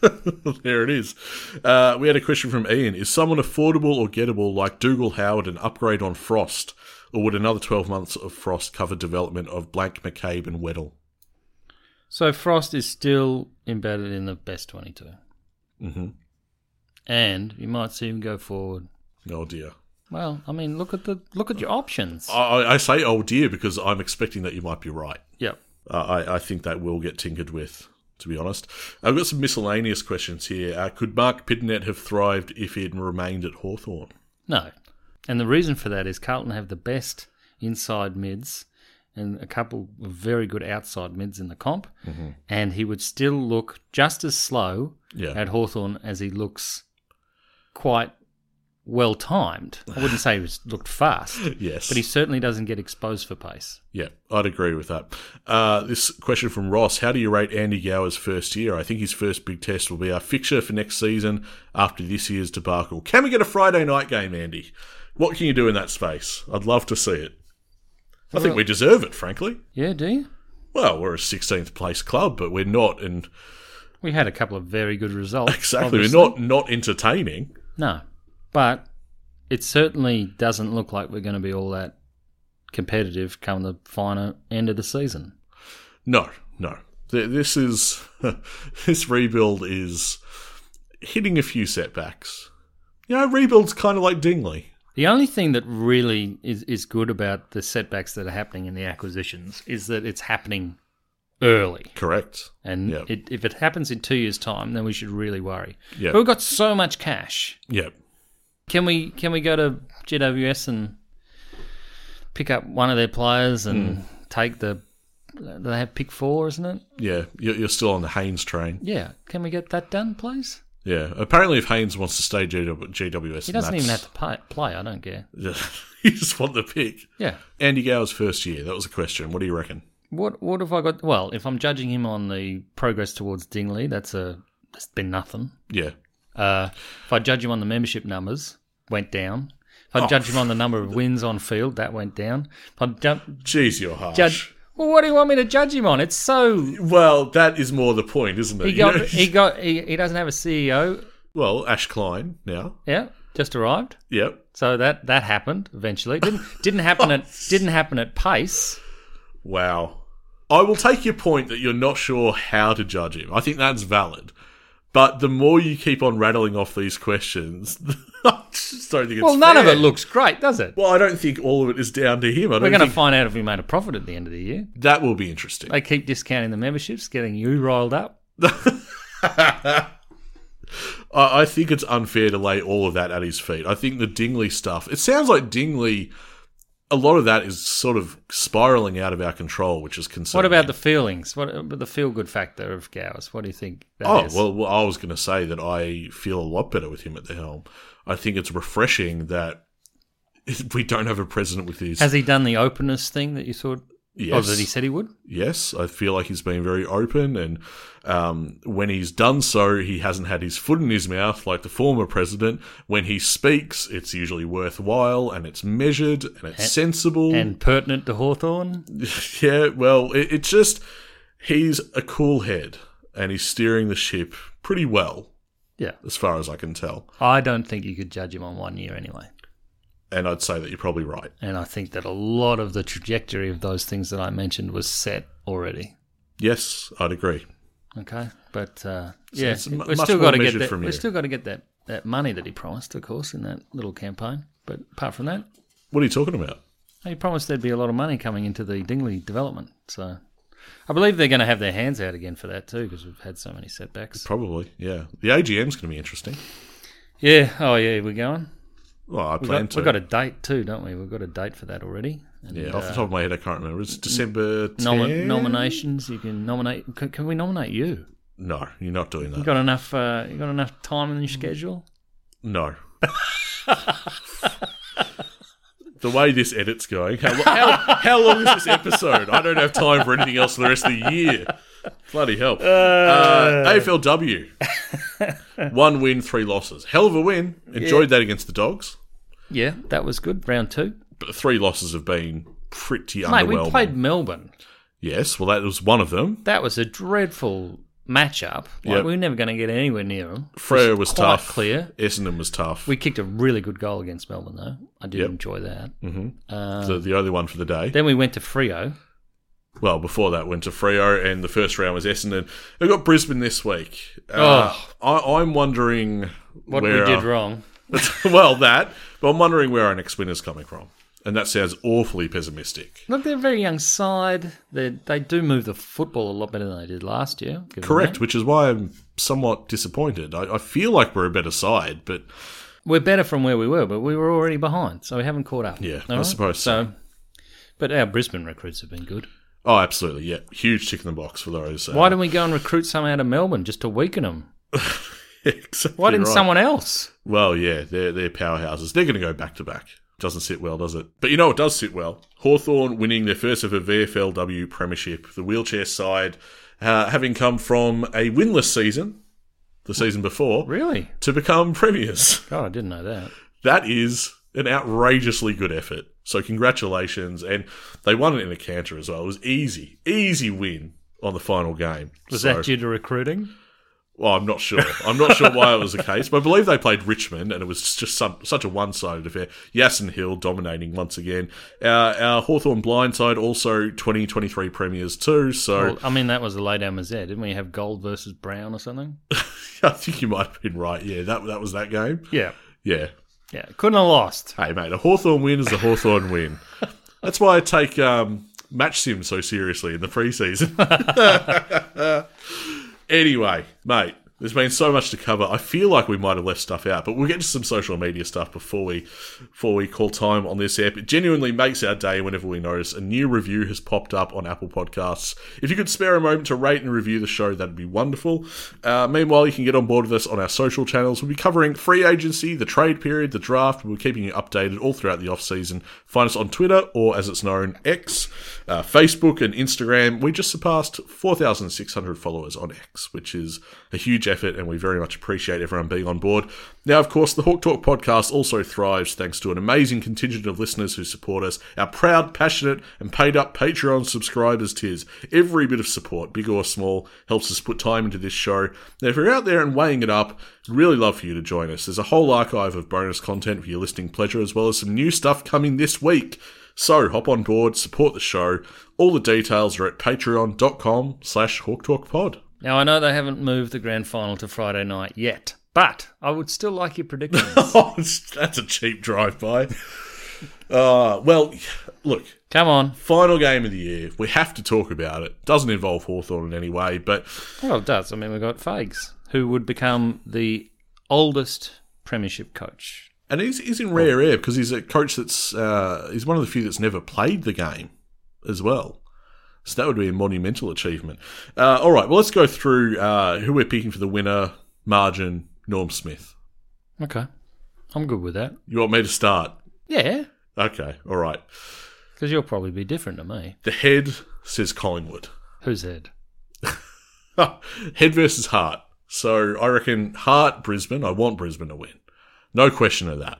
Speaker 5: <laughs> there it is. Uh, we had a question from Ian. Is someone affordable or gettable like Dougal Howard an upgrade on Frost? Or would another 12 months of Frost cover development of Blank, McCabe, and Weddle?
Speaker 6: so Frost is still embedded in the best twenty-two, mm-hmm. and you might see him go forward.
Speaker 5: Oh, dear.
Speaker 6: Well, I mean, look at the look at your options.
Speaker 5: I, I- I say oh dear because I'm expecting that you might be right.
Speaker 6: yep.
Speaker 5: Uh, I, I think that will get tinkered with, to be honest. I've got some miscellaneous questions here. Uh, could Mark Pitnet have thrived if he had remained at Hawthorn?
Speaker 6: No. And the reason for that is Carlton have the best inside mids and a couple of very good outside mids in the comp.
Speaker 5: Mm-hmm.
Speaker 6: And he would still look just as slow
Speaker 5: Yeah.
Speaker 6: at Hawthorn as he looks quite well timed. I wouldn't say he was, looked fast,
Speaker 5: Yes.
Speaker 6: but he certainly doesn't get exposed for pace.
Speaker 5: Yeah, I'd agree with that. Uh, this question from Ross How do you rate Andy Gower's first year? I think his first big test will be our fixture for next season after this year's debacle. Can we get a Friday night game, Andy? What can you do in that space? I'd love to see it. I think we deserve it, frankly.
Speaker 6: Yeah, do you?
Speaker 5: Well, we're a 16th place club, but we're not, and
Speaker 6: We had a couple of very good
Speaker 5: <laughs>
Speaker 6: results.
Speaker 5: exactly,
Speaker 6: obviously.
Speaker 5: we're not not entertaining.
Speaker 6: No, but it certainly doesn't look like we're going to be all that competitive come the final end of the season.
Speaker 5: No, no. Th- This is <laughs> this rebuild is hitting a few setbacks. You know, rebuild's kind of like Dingley.
Speaker 6: The only thing that really is, is good about the setbacks that are happening in the acquisitions is that it's happening early.
Speaker 5: Correct.
Speaker 6: And
Speaker 5: Yeah.
Speaker 6: it, if it happens in two years' time, then we should really worry.
Speaker 5: Yeah.
Speaker 6: But we've got so much cash.
Speaker 5: Yeah.
Speaker 6: Can we can we go to GWS and pick up one of their players and
Speaker 5: Hmm.
Speaker 6: take the? They have pick four, isn't it?
Speaker 5: Yeah. You're, you're still on the Haynes train.
Speaker 6: Yeah. Can we get that done, please?
Speaker 5: Yeah. Apparently, if Haynes wants to stay GW, GWS,
Speaker 6: He doesn't even have to pay, play. I don't care.
Speaker 5: even have to. <laughs> you just want the pick.
Speaker 6: Yeah.
Speaker 5: Andy Gower's first year. That was a question. What do you reckon?
Speaker 6: What What have I got? Well, if I'm judging him on the progress towards Dingley, that's a that's been nothing.
Speaker 5: Yeah.
Speaker 6: Uh, if I judge him on the membership numbers, went down. If
Speaker 5: Oh.
Speaker 6: I judge him on the number of wins on field, that went down. If I ju-
Speaker 5: Jeez, you're harsh.
Speaker 6: judge, well, what do you want me to judge him on? It's so
Speaker 5: well, that is more the <laughs> point, isn't it?
Speaker 6: he
Speaker 5: You
Speaker 6: got
Speaker 5: know-
Speaker 6: he got he, he doesn't have a CEO.
Speaker 5: well, Ash Klein now.
Speaker 6: E Yeah, Just arrived.
Speaker 5: Yep.
Speaker 6: So that that happened eventually. Didn't didn't
Speaker 5: <laughs>
Speaker 6: happen
Speaker 5: Oh.
Speaker 6: at didn't happen at pace.
Speaker 5: Wow. I will take your point that you're not sure how to judge him. I think that's valid. But the more you keep on rattling off these questions, <laughs> I just don't think it's
Speaker 6: Well, none of
Speaker 5: fair.
Speaker 6: it looks great, does it?
Speaker 5: Well, I don't think all of it is down to him. I
Speaker 6: We're
Speaker 5: don't
Speaker 6: going to
Speaker 5: think
Speaker 6: find out if we made a profit at the end of the year.
Speaker 5: that will be interesting.
Speaker 6: They keep discounting the memberships, getting you riled up.
Speaker 5: I, I think it's unfair to lay all of that at his feet. I think the Dingley stuff, it sounds like Dingley, a lot of that is sort of spiraling out of our control, which is concerning.
Speaker 6: What about the feelings? What about the feel good factor of Gowers? What do you think? that
Speaker 5: Oh,
Speaker 6: is?
Speaker 5: well, well, I was going to say that I feel a lot better with him at the helm. I think it's refreshing that <laughs> we don't have a president with his.
Speaker 6: has he done the openness thing that you thought? Or
Speaker 5: Yes.
Speaker 6: that he said he would?
Speaker 5: yes, I feel like he's been very open, and um, when he's done so, he hasn't had his foot in his mouth like the former president. When he speaks, it's usually worthwhile and it's measured and it's sensible.
Speaker 6: And pertinent to Hawthorn.
Speaker 5: <laughs> yeah, well, it, it's just he's a cool head and he's steering the ship pretty well,
Speaker 6: Yeah.
Speaker 5: as far as I can tell.
Speaker 6: I don't think you could judge him on one year anyway.
Speaker 5: And I'd say that you're probably right.
Speaker 6: And I think that a lot of the trajectory of those things that I mentioned was set already.
Speaker 5: Yes, I'd agree.
Speaker 6: Okay, but uh, yeah,
Speaker 5: it's mu-
Speaker 6: we've
Speaker 5: much
Speaker 6: still
Speaker 5: more
Speaker 6: got to get
Speaker 5: measured
Speaker 6: that.
Speaker 5: from
Speaker 6: We've
Speaker 5: you.
Speaker 6: still got to get that that money that he promised, of course, in that little campaign. But apart from that,
Speaker 5: What are you talking about?
Speaker 6: he promised there'd be a lot of money coming into the Dingley development. So I believe they're going to have their hands out again for that too, because we've had so many setbacks.
Speaker 5: Probably, yeah. The AGM's going to be interesting.
Speaker 6: Yeah. Oh yeah, we're going.
Speaker 5: Well, I plan
Speaker 6: Got,
Speaker 5: to.
Speaker 6: we've got a date too, don't we? We've got a date for that already. And,
Speaker 5: yeah, off the top of my head, I can't remember. It's December 10?
Speaker 6: Nomi- nominations. You can nominate. Can, can we nominate you?
Speaker 5: No, you're not doing
Speaker 6: You
Speaker 5: that.
Speaker 6: got enough? Uh, you got enough time in your schedule?
Speaker 5: No. <laughs> the way this edit's going, how, how, how long is this episode? I don't have time for anything else for the rest of the year. Bloody hell. Uh, AFLW. One win, three losses. Hell of a win. Enjoyed that against the Dogs.
Speaker 6: Yeah, that was good. Round two.
Speaker 5: But three losses have been pretty
Speaker 6: Mate,
Speaker 5: underwhelming.
Speaker 6: we played Melbourne.
Speaker 5: Yes, well, that was one of them.
Speaker 6: That was a dreadful matchup. Like,
Speaker 5: Yep.
Speaker 6: we were never going to get anywhere near them.
Speaker 5: Freo was
Speaker 6: quite
Speaker 5: tough.
Speaker 6: clear.
Speaker 5: Essendon was tough.
Speaker 6: We kicked a really good goal against Melbourne, though. I did
Speaker 5: Yep. Mm.
Speaker 6: enjoy that.
Speaker 5: the, Uh, the only one for the day.
Speaker 6: Then we went to Frio.
Speaker 5: well, before that went to Freo, and the first round was Essendon. We've got Brisbane this week. Uh, I, I'm wondering
Speaker 6: Oh. What
Speaker 5: where
Speaker 6: we did
Speaker 5: our-
Speaker 6: wrong.
Speaker 5: <laughs> well, that, but I'm wondering where our next win is coming from. And that sounds awfully pessimistic.
Speaker 6: Look, they're a very young side. They they do move the football a lot better than they did last year. given
Speaker 5: Correct,
Speaker 6: that.
Speaker 5: which is why I'm somewhat disappointed. I, I feel like we're a better side, but
Speaker 6: We're better from where we were, but we were already behind, so we haven't caught up.
Speaker 5: Yeah,
Speaker 6: All
Speaker 5: I suppose so.
Speaker 6: But our Brisbane recruits have been good.
Speaker 5: oh, absolutely, yeah, huge tick in the box for those. uh,
Speaker 6: Why didn't we go and recruit some out of Melbourne just to weaken them?
Speaker 5: <laughs> exactly
Speaker 6: Why didn't
Speaker 5: right.
Speaker 6: someone else?
Speaker 5: Well, yeah, they're, they're powerhouses. They're going to go back to back. Doesn't sit well, does it? But you know what does sit well? Hawthorn winning their first ever VFLW Premiership. The wheelchair side, uh, having come from a winless season the season before,
Speaker 6: Really?
Speaker 5: to become Premiers.
Speaker 6: God, I didn't know that.
Speaker 5: That is an outrageously good effort. So, congratulations. And they won it in a canter as well. It was easy, easy win on the final game.
Speaker 6: Was
Speaker 5: So-
Speaker 6: that due to recruiting?
Speaker 5: well, I'm not sure. I'm not sure why it was the case, but I believe they played Richmond, and it was just some, such a one-sided affair. Yassin Hill dominating once again. Our, our Hawthorn blind side also 2023 premiers too. So
Speaker 6: Well, I mean, that was the lay down mazette. Didn't we have gold versus brown or something?
Speaker 5: <laughs> I think you might have been right. Yeah, that that was that game.
Speaker 6: Yeah.
Speaker 5: <laughs> Yeah.
Speaker 6: Yeah. Couldn't have lost.
Speaker 5: Hey, mate, a Hawthorn win is a Hawthorn win. That's why I take um, match sim so seriously in the preseason. anyway, mate, there's been so much to cover. I feel like we might have left stuff out, but we'll get to some social media stuff before we before we call time on this app. It genuinely makes our day whenever we notice a new review has popped up on Apple Podcasts. If you could spare a moment to rate and review the show, that'd be wonderful. Uh, meanwhile, you can get on board with us on our social channels. We'll be covering free agency, the trade period, the draft. We'll be keeping you updated all throughout the off season. Find us on Twitter or, as it's known, X, uh, Facebook, and Instagram. We just surpassed 4,600 followers on X, which is a huge effort, and we very much appreciate everyone being on board. Now, of course, the Hawk Talk podcast also thrives thanks to an amazing contingent of listeners who support us, our proud, passionate, and paid up Patreon subscribers, tis. Every bit of support, big or small, helps us put time into this show. Now, if you're out there and weighing it up, we'd really love for you to join us. There's a whole archive of bonus content for your listening pleasure, as well as some new stuff coming this week. So hop on board, support the show. All the details are at patreon.com slash hawktalkpod.
Speaker 6: Now, I know they haven't moved the grand final to Friday night yet, but I would still like your predictions.
Speaker 5: <laughs>
Speaker 6: <laughs>
Speaker 5: Oh, that's a cheap drive-by. Uh, well, look,
Speaker 6: Come on.
Speaker 5: final game of the year. We have to talk about it. Doesn't involve Hawthorn in any way, but
Speaker 6: Well, it does. I mean, we've got Fags, who would become the oldest premiership coach.
Speaker 5: and he's, he's in rare air because he's a coach that's uh, he's one of the few that's never played the game as well. So that would be a monumental achievement. Uh, all right, well, let's go through uh, who we're picking for the winner, margin, Norm Smith.
Speaker 6: Okay. I'm good with that.
Speaker 5: You want me to start?
Speaker 6: Yeah,
Speaker 5: Okay, all right.
Speaker 6: because you'll probably be different to me.
Speaker 5: The head says Collingwood.
Speaker 6: Who's Ed?
Speaker 5: <laughs> head versus heart. So I reckon heart Brisbane. I want Brisbane to win. No question of that.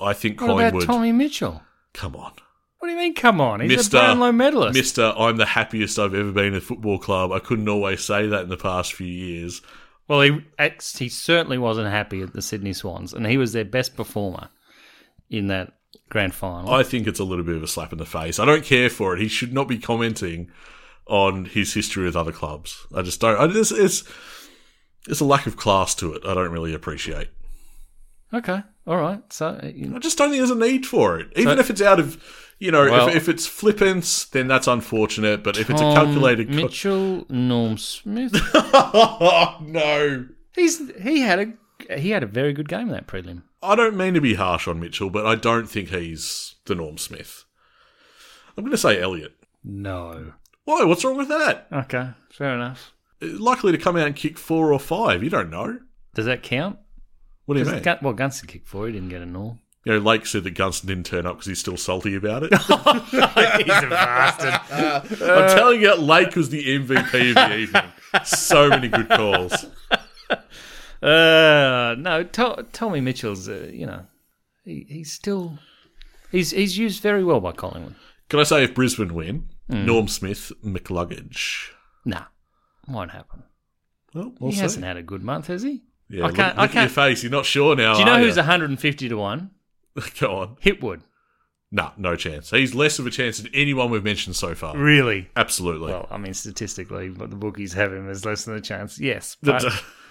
Speaker 5: I think
Speaker 6: What
Speaker 5: Collingwood.
Speaker 6: about Tommy Mitchell?
Speaker 5: come on,
Speaker 6: What do you mean, come on? He's
Speaker 5: Mister
Speaker 6: a Brownlow medalist.
Speaker 5: Mister, I'm the happiest I've ever been in a football club. I couldn't always say that in the past few years.
Speaker 6: Well, he ex- he certainly wasn't happy at the Sydney Swans, and he was their best performer in that grand final.
Speaker 5: I think it's a little bit of a slap in the face. I don't care for it. He should not be commenting on his history with other clubs. I just don't. I, it's, it's it's a lack of class to it. I don't really appreciate.
Speaker 6: okay, all right. So, uh, you-
Speaker 5: I just don't think there's a need for it. Even if it's out of, you know,
Speaker 6: Well-
Speaker 5: if, if it's flippance, then that's unfortunate. But if it's a
Speaker 6: Tom
Speaker 5: calculated, co-
Speaker 6: Mitchell, Norm <laughs> Smith.
Speaker 5: oh <laughs> no,
Speaker 6: He's he had a he had a very good game in that prelim.
Speaker 5: I don't mean to be harsh on Mitchell, but I don't think he's the Norm Smith. I'm going to say Elliot.
Speaker 6: No.
Speaker 5: Why? What's wrong with that?
Speaker 6: Okay, fair enough.
Speaker 5: Likely to come out and kick four or five. You don't know.
Speaker 6: Does that count?
Speaker 5: What do you
Speaker 6: Does
Speaker 5: mean?
Speaker 6: it, Gun- well, Gunston kicked four. He didn't get a norm.
Speaker 5: you know, Lake said that Gunston didn't turn up because he's still salty about it.
Speaker 6: <laughs>
Speaker 5: <laughs>
Speaker 6: He's a bastard.
Speaker 5: I'm telling you, Lake was the MVP of the evening. So many good calls.
Speaker 6: Uh, no, to- Tommy Mitchell's. Uh, you know, he, he's still he's he's used very well by Collingwood.
Speaker 5: Can I say if Brisbane win, Norm Smith McLuggage?
Speaker 6: Nah, won't happen.
Speaker 5: Well, we'll
Speaker 6: he
Speaker 5: see.
Speaker 6: hasn't had a good month, has he?
Speaker 5: Yeah,
Speaker 6: I
Speaker 5: look-
Speaker 6: can't-
Speaker 5: Look,
Speaker 6: I
Speaker 5: at your
Speaker 6: can't-
Speaker 5: face. You're not sure now.
Speaker 6: Do you know
Speaker 5: are
Speaker 6: who's
Speaker 5: ya?
Speaker 6: 150 to one?
Speaker 5: <laughs> Go on.
Speaker 6: Hitwood.
Speaker 5: No, no chance. He's less of a chance than anyone we've mentioned so far.
Speaker 6: Really?
Speaker 5: Absolutely.
Speaker 6: Well, I mean, statistically, but the bookies have him as less than a chance. Yes, but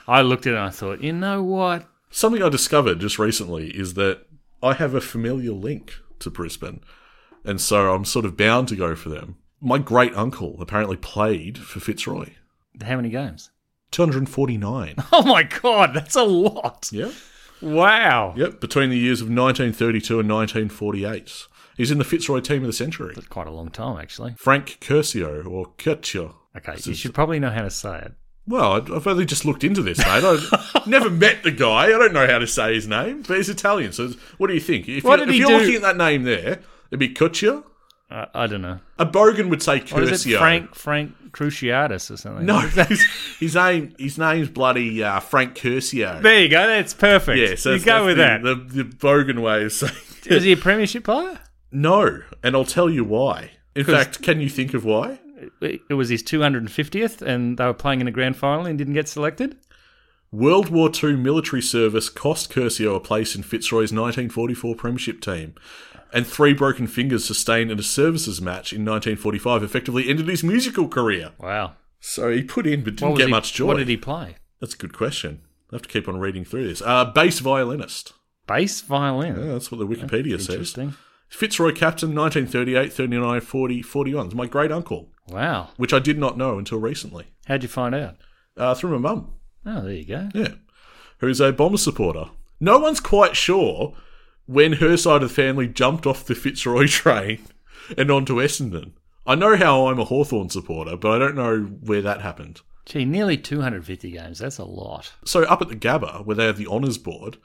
Speaker 6: I looked at it and I thought, you know what?
Speaker 5: Something I discovered just recently is that I have a familiar link to Brisbane, and so I'm sort of bound to go for them. My great uncle apparently played for Fitzroy.
Speaker 6: How many games? <laughs>
Speaker 5: 249.
Speaker 6: Oh my god, that's a lot.
Speaker 5: yeah.
Speaker 6: Wow.
Speaker 5: Yep. Between the years of 1932 and 1948. He's in the Fitzroy team of the century.
Speaker 6: That's quite a long time, actually.
Speaker 5: Frank Curcio or Curcio.
Speaker 6: Okay, you should probably know how to say it.
Speaker 5: Well, I- I've only just looked into this, mate.
Speaker 6: <laughs>
Speaker 5: I've never met the guy. I don't know how to say his name, but he's Italian. So, it's- what do you think? If,
Speaker 6: What
Speaker 5: you,
Speaker 6: did
Speaker 5: if
Speaker 6: he
Speaker 5: you're
Speaker 6: do-
Speaker 5: looking at that name there, it'd be Cuccia.
Speaker 6: I, I don't know.
Speaker 5: A Bogan would say Curcio.
Speaker 6: What is it? Frank Frank Cruciatus or something?
Speaker 5: No, his, his name his name's bloody uh, Frank Curcio.
Speaker 6: <laughs> There you go. That's perfect.
Speaker 5: yeah, so
Speaker 6: you
Speaker 5: that's-
Speaker 6: go
Speaker 5: that's
Speaker 6: with
Speaker 5: the,
Speaker 6: that.
Speaker 5: The, the Bogan way of saying <laughs> it.
Speaker 6: Is he a premiership player?
Speaker 5: No, and I'll tell you why. In
Speaker 6: 'Cause-
Speaker 5: fact, can you think of why?
Speaker 6: It it was his 250th, and they were playing in a grand final and didn't get selected.
Speaker 5: World War II military service cost Curcio a place in Fitzroy's 1944 Premiership team, and three broken fingers sustained in a services match in 1945 effectively ended his musical career.
Speaker 6: Wow.
Speaker 5: So he put in but
Speaker 6: What
Speaker 5: didn't
Speaker 6: was
Speaker 5: get
Speaker 6: he-
Speaker 5: much joy.
Speaker 6: What did he play?
Speaker 5: That's a good question. I have to keep on reading through this. Uh, bass violinist.
Speaker 6: Bass violin.
Speaker 5: Yeah, that's what the Wikipedia says.
Speaker 6: Interesting.
Speaker 5: Fitzroy captain, 1938, 39, 40, 41. It's my great uncle,
Speaker 6: Wow.
Speaker 5: which I did not know until recently
Speaker 6: How'd you find out?
Speaker 5: uh, through my mum.
Speaker 6: Oh, there you go.
Speaker 5: Yeah. Who's a bomber supporter. No one's quite sure when her side of the family jumped off the Fitzroy <laughs> train and onto Essendon. I know how I'm a Hawthorn supporter, but I don't know where that happened.
Speaker 6: Gee, nearly 250 games. That's a lot.
Speaker 5: So up at the Gabba, where they have the honours board,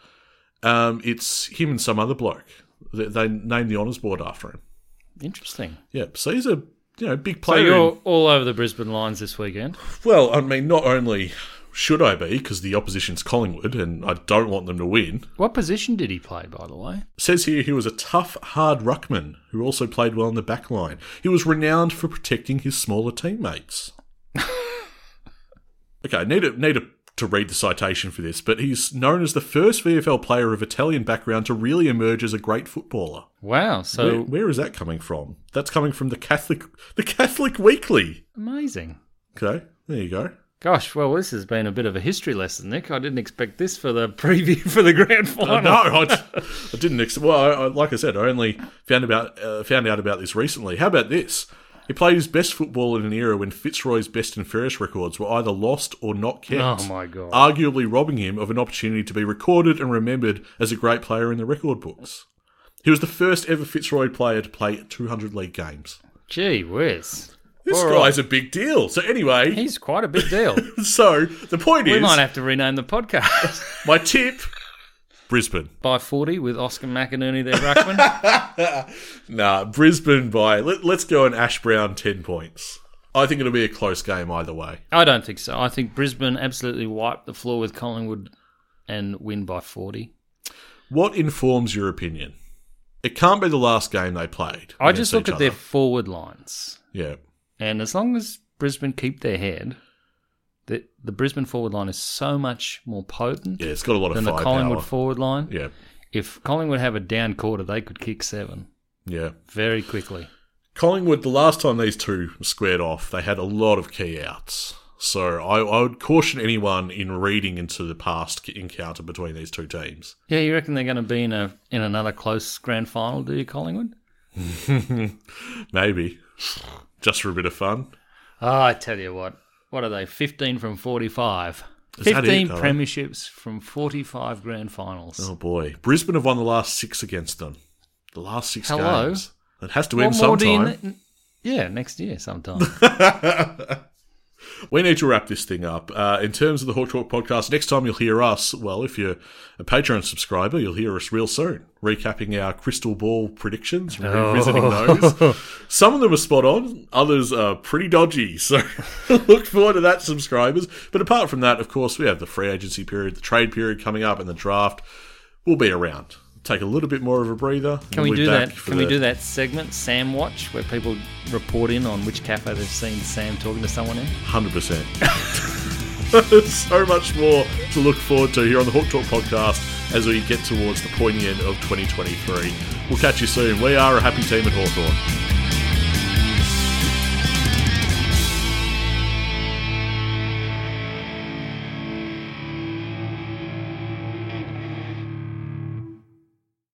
Speaker 5: um, it's him and some other bloke. They, they named the honours board after him.
Speaker 6: Interesting.
Speaker 5: Yeah, so he's a you know big
Speaker 6: So
Speaker 5: player. in-
Speaker 6: you're all over the Brisbane lines this weekend.
Speaker 5: well, I mean, not only should I be? Because the opposition's Collingwood, and I don't want them to win.
Speaker 6: What position did he play, by the way?
Speaker 5: Says here he was a tough, hard ruckman who also played well in the back line. He was renowned for protecting his smaller teammates. okay, I need to, need to, to read the citation for this, but he's known as the first VFL player of Italian background to really emerge as a great footballer.
Speaker 6: Wow, so
Speaker 5: Where- where is that coming from? That's coming from the Catholic the Catholic Weekly.
Speaker 6: amazing.
Speaker 5: Okay, there you go.
Speaker 6: Gosh, well, this has been a bit of a history lesson, Nick. I didn't expect this for the <laughs> preview for the grand final.
Speaker 5: Uh, No, I, I didn't. Ex- well, I, I, like I said, I only found about uh, found out about this recently. How about this? He played his best football in an era when Fitzroy's best and fairest records were either lost or not kept.
Speaker 6: Oh, my God.
Speaker 5: Arguably robbing him of an opportunity to be recorded and remembered as a great player in the record books. He was the first ever Fitzroy player to play 200 league games.
Speaker 6: Gee whiz.
Speaker 5: This
Speaker 6: All
Speaker 5: guy's a big deal. So anyway,
Speaker 6: He's quite a
Speaker 5: <laughs>
Speaker 6: big deal.
Speaker 5: so the point
Speaker 6: we
Speaker 5: is,
Speaker 6: might have to rename the podcast. <laughs>
Speaker 5: my tip, Brisbane.
Speaker 6: By 40 with Oscar McInerney there, Ruckman.
Speaker 5: Nah, Brisbane by let, let's go and Ash Brown ten points. I think it'll be a close game either way.
Speaker 6: I don't think so. I think Brisbane absolutely wiped the floor with Collingwood and win by 40.
Speaker 5: What informs your opinion? It can't be the last game they played.
Speaker 6: I
Speaker 5: against
Speaker 6: just look
Speaker 5: each
Speaker 6: at their
Speaker 5: other.
Speaker 6: forward lines.
Speaker 5: yeah.
Speaker 6: And as long as Brisbane keep their head, the, the Brisbane forward line is so much more potent
Speaker 5: Yeah, it's got a lot of
Speaker 6: than the
Speaker 5: firepower.
Speaker 6: Collingwood forward line.
Speaker 5: yeah,
Speaker 6: If Collingwood have a down quarter, they could kick seven
Speaker 5: yeah.
Speaker 6: very quickly.
Speaker 5: Collingwood, the last time these two squared off, they had a lot of key outs. So I, I would caution anyone in reading into the past encounter between these two teams.
Speaker 6: Yeah, you reckon they're going to be in a in another close grand final? Do you, Collingwood?
Speaker 5: Maybe just for a bit of fun.
Speaker 6: Oh, I tell you what. What are they? Fifteen from forty-five.
Speaker 5: Is that it,
Speaker 6: Fifteen
Speaker 5: though?
Speaker 6: premierships from forty-five grand finals.
Speaker 5: Oh boy, Brisbane have won the last six against them. The last six
Speaker 6: Hello?
Speaker 5: games. It has to
Speaker 6: What
Speaker 5: end
Speaker 6: more do you
Speaker 5: sometime.
Speaker 6: ne- yeah, next year sometime.
Speaker 5: we need to wrap this thing up. Uh, in terms of the Hawk Talk podcast, next time you'll hear us. Well, if you're a Patreon subscriber, you'll hear us real soon, recapping our crystal ball predictions,
Speaker 6: Oh.
Speaker 5: revisiting
Speaker 6: <laughs>
Speaker 5: those. Some of them are spot on, others are pretty dodgy. So <laughs> look forward to that, subscribers. But apart from that, of course, we have the free agency period, the trade period coming up, and the draft. We'll be around. Take a little bit more of a breather.
Speaker 6: <laughs> Can we do that? Can we do that segment, Sam Watch, where people report in on which cafe they've seen Sam talking to someone in?
Speaker 5: Hundred percent. <laughs> So much more to look forward to here on the Hawk Talk podcast as we get towards the pointy end of 2023. We'll catch you soon. We are a happy team at Hawthorn.